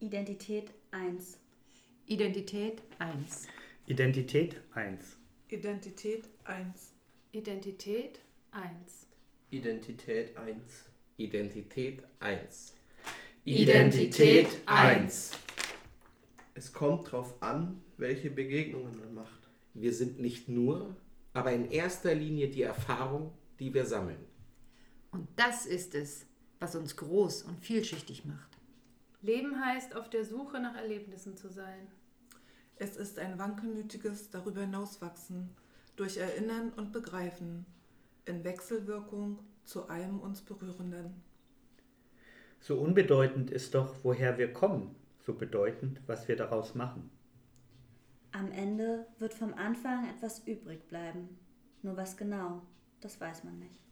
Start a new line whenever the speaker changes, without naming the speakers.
Identität 1.
Identität 1.
Identität 1.
Identität 1.
Identität 1.
Identität 1.
Identität 1.
Identität 1. Es kommt drauf an, welche Begegnungen man macht.
Wir sind nicht nur, aber in erster Linie die Erfahrung, die wir sammeln.
Und das ist es, was uns groß und vielschichtig macht.
Leben heißt, auf der Suche nach Erlebnissen zu sein.
Es ist ein wankelmütiges Darüber hinauswachsen, durch Erinnern und Begreifen, in Wechselwirkung zu einem uns Berührenden.
So unbedeutend ist doch, woher wir kommen, so bedeutend, was wir daraus machen.
Am Ende wird vom Anfang etwas übrig bleiben. Nur was genau, das weiß man nicht.